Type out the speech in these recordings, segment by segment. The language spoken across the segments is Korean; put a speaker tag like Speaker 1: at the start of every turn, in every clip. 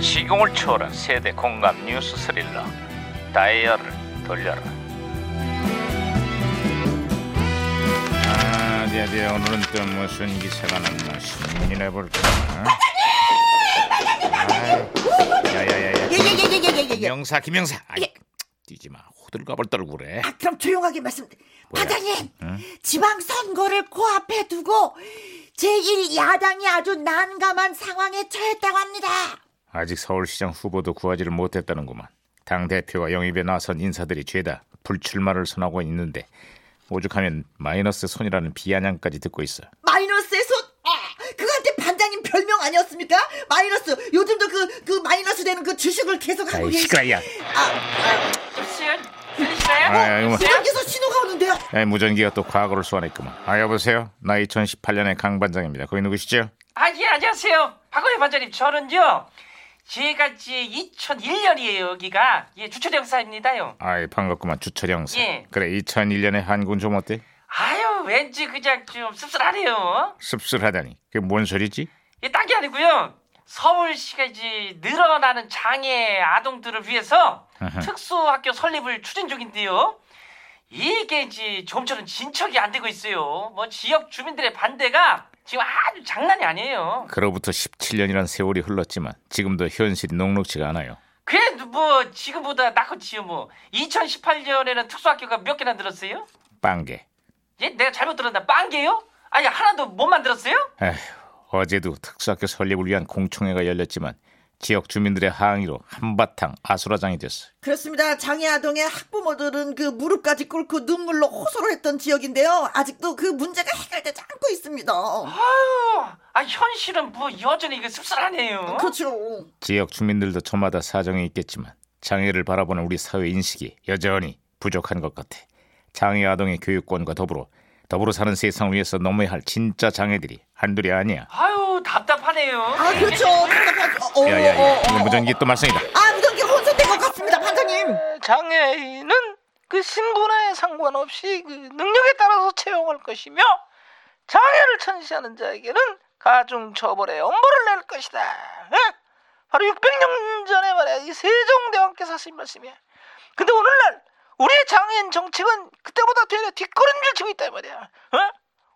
Speaker 1: 시공을 초월한 세대 공감 뉴스 스릴러 다이얼을 돌려라 아, 어디 어디 오늘은 또 무슨 기사가 났나 신문이나 볼까 아이, 야야야야
Speaker 2: 예예예예예예예.
Speaker 1: 명사 김명사 아이,
Speaker 2: 예.
Speaker 1: 뛰지마 호들갑을 떨고 그래
Speaker 2: 아, 그럼 조용하게 말씀. 반장님, 지방 선거를 코앞에 두고 제1 야당이 아주 난감한 상황에 처했다고 합니다.
Speaker 1: 아직 서울시장 후보도 구하지를 못했다는구만. 당 대표와 영입에 나선 인사들이 죄다 불출마를 선하고 있는데 오죽하면 마이너스 손이라는 비아냥까지 듣고 있어.
Speaker 2: 마이너스의 손. 아, 그거한테 반장님 별명 아니었습니까? 마이너스. 요즘도 그, 그 마이너스 되는 그 주식을 계속 하고
Speaker 1: 아이
Speaker 2: 계시.
Speaker 1: 시끄야.
Speaker 3: 잠시만 들리시나요?
Speaker 1: 아유, 뭐.
Speaker 2: 여기서 신호가 오는데요.
Speaker 1: 아 무전기가 또 과거를 소환했구만. 아 여보세요. 나 2018년의 강 반장입니다. 거기 누구시죠?
Speaker 3: 아예 안녕하세요 박호희 반장님 저는요 지금까지 2001년이에요 여기가 예 주초령사입니다요
Speaker 1: 아이 반갑구만 주철영사.
Speaker 3: 예.
Speaker 1: 그래 2001년의 한군 좀 어때?
Speaker 3: 아유 왠지 그냥 좀 씁쓸하네요
Speaker 1: 씁쓸하다니. 그게 뭔 소리지?
Speaker 3: 예, 딴게 아니고요 서울시가 이제 늘어나는 장애 아동들을 위해서
Speaker 1: 아하.
Speaker 3: 특수학교 설립을 추진 중인데요 이게 이제 좀처럼 진척이 안 되고 있어요 뭐 지역 주민들의 반대가 지금 아주 장난이 아니에요
Speaker 1: 그로부터 17년이란 세월이 흘렀지만 지금도 현실이 녹록지가 않아요.
Speaker 3: 그래도 뭐 지금보다 나았지요 뭐 2018년에는 특수학교가 몇 개나 늘었어요?
Speaker 1: 빵개.
Speaker 3: 예? 내가 잘못 들었나? 빵개요? 아니 하나도 못 만들었어요?
Speaker 1: 에휴, 어제도 특수학교 설립을 위한 공청회가 열렸지만 지역 주민들의 항의로 한바탕 아수라장이 됐어.
Speaker 2: 그렇습니다. 장애 아동의 학부모들은 그 무릎까지 꿇고 눈물로 호소를 했던 지역인데요. 아직도 그 문제가 해결되지 않고 있습니다.
Speaker 3: 아유 아 현실은 뭐 여전히 이게 씁쓸하네요
Speaker 2: 그렇죠.
Speaker 1: 지역 주민들도 저마다 사정이 있겠지만 장애를 바라보는 우리 사회 인식이 여전히 부족한 것 같아. 장애 아동의 교육권과 더불어 더불어 사는 세상을 위해서 넘어야 할 진짜 장애들이 한둘이 아니야.
Speaker 3: 아유 답답하네요
Speaker 2: 아 그렇죠. 답답하죠. 어,
Speaker 1: 야야야, 뭐-
Speaker 2: 어, 어, 어.
Speaker 1: 무전기 또 말썽이다.
Speaker 2: 아 무전기 혼선된 것 같습니다, 반장님.
Speaker 4: 장애인은 그 신분에 상관없이 그 능력에 따라서 채용할 것이며 장애를 천시하는 자에게는 가중처벌의 엄벌을 낼 것이다. 응? 바로 600년 전에 말이야 이 세종대왕께서 하신 말씀이야. 근데 오늘날 우리의 장애인 정책은 그때보다 되려 뒷걸음질 치고 있다 이 말이야. 어?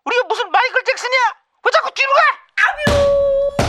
Speaker 4: 우리가 무슨 마이클 잭슨이야? 왜 자꾸 뒤로 가?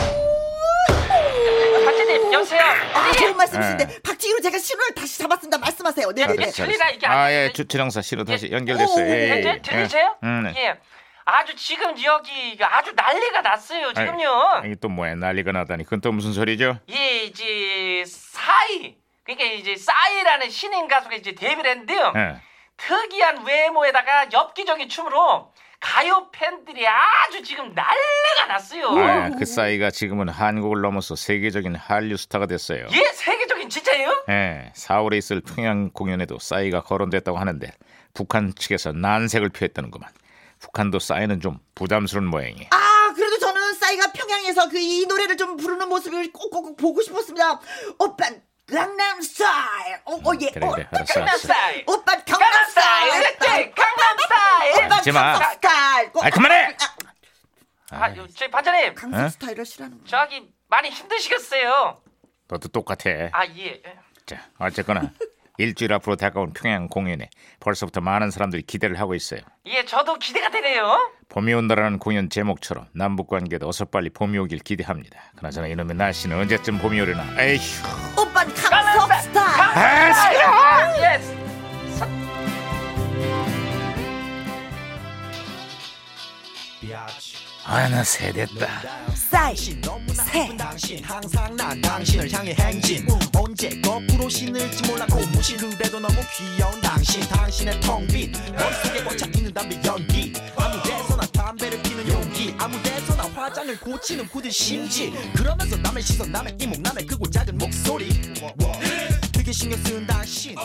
Speaker 3: 박진님 여보세요
Speaker 2: 아 좋은 말씀이신데
Speaker 1: 네.
Speaker 2: 박지희로 제가 신호를 다시 잡았습니다. 말씀하세요.
Speaker 1: 아,
Speaker 2: 네네네.
Speaker 3: 됐어요. 소리가 이게 안
Speaker 1: 아예
Speaker 3: 들리네.
Speaker 1: 주최정사 씨로 다시
Speaker 3: 예.
Speaker 1: 연결됐어요.
Speaker 2: 오,
Speaker 1: 예, 예,
Speaker 3: 들-
Speaker 1: 예.
Speaker 3: 들리세요?
Speaker 1: 예. 음, 네.
Speaker 3: 예 아주 지금 여기 아주 난리가 났어요 지금요
Speaker 1: 이게 또 뭐야 난리가 나다니. 그건 또 무슨 소리죠?
Speaker 3: 예 이제 싸이 그러니까 이제 싸이라는 신인 가수가 이제 데뷔를 했는데요
Speaker 1: 예.
Speaker 3: 특이한 외모에다가 엽기적인 춤으로 가요 팬들이 아주 지금 난리가 났어요.
Speaker 1: 아, 그 싸이가 지금은 한국을 넘어서 세계적인 한류 스타가 됐어요.
Speaker 3: 예, 세계적인 진짜예요?
Speaker 1: 예, 4월에 있을 평양 공연에도 싸이가 거론됐다고 하는데 북한 측에서 난색을 표했다는구만. 북한도 싸이는 좀 부담스러운 모양이.
Speaker 2: 아 그래도 저는 싸이가 평양에서 그 이 노래를 좀 부르는 모습을 꼭꼭 보고 싶었습니다. 오빠 강남 스타일. 어, 어, 예.
Speaker 1: 그래, 그래,
Speaker 2: 오빠
Speaker 1: 알았어,
Speaker 2: 강남
Speaker 1: 알았어.
Speaker 2: 스타일. 오빠
Speaker 3: 강남
Speaker 2: 강남
Speaker 3: 스타일,
Speaker 2: 스타일.
Speaker 3: 그렇지? 강남 스타일.
Speaker 2: 오빠
Speaker 1: 하지 마.
Speaker 2: 강남 스타일. 꼭-
Speaker 1: 아, 그만해!
Speaker 3: 아, 요, 저희 반장님,
Speaker 2: 강남
Speaker 1: 어?
Speaker 2: 스타일을 싫어하는 거.
Speaker 3: 저기 많이 힘드시겠어요.
Speaker 1: 너도 똑같아.
Speaker 3: 아 예.
Speaker 1: 자, 어쨌거나 일주일 앞으로 다가온 평양 공연에 벌써부터 많은 사람들이 기대를 하고 있어요.
Speaker 3: 예, 저도 기대가 되네요.
Speaker 1: 봄이 온다라는 공연 제목처럼 남북 관계도 어서 빨리 봄이 오길 기대합니다. 그나저나 이놈의 날씨는 언제쯤 봄이 오려나? 에휴.
Speaker 2: 오빠 강남 스타일.
Speaker 1: 아, 싫어!
Speaker 3: 예스.
Speaker 1: 아나 세됐다.
Speaker 2: 스타일. 새.
Speaker 5: 당신 항상 난 당신을 향해 행진 언제 거꾸로 신을지 몰라 고무신 그래도 너무 귀여운 당신 당신의 텅빈 머릿속에 꽉차 있는 담배 연기 아무 데서나 담배를 피는 용기 아무 데서나 화장을 고치는 굳은 심지 그러면서 남의 시선 남의 이목 남의 크고 작은 목소리 되게 신경 쓰는 당신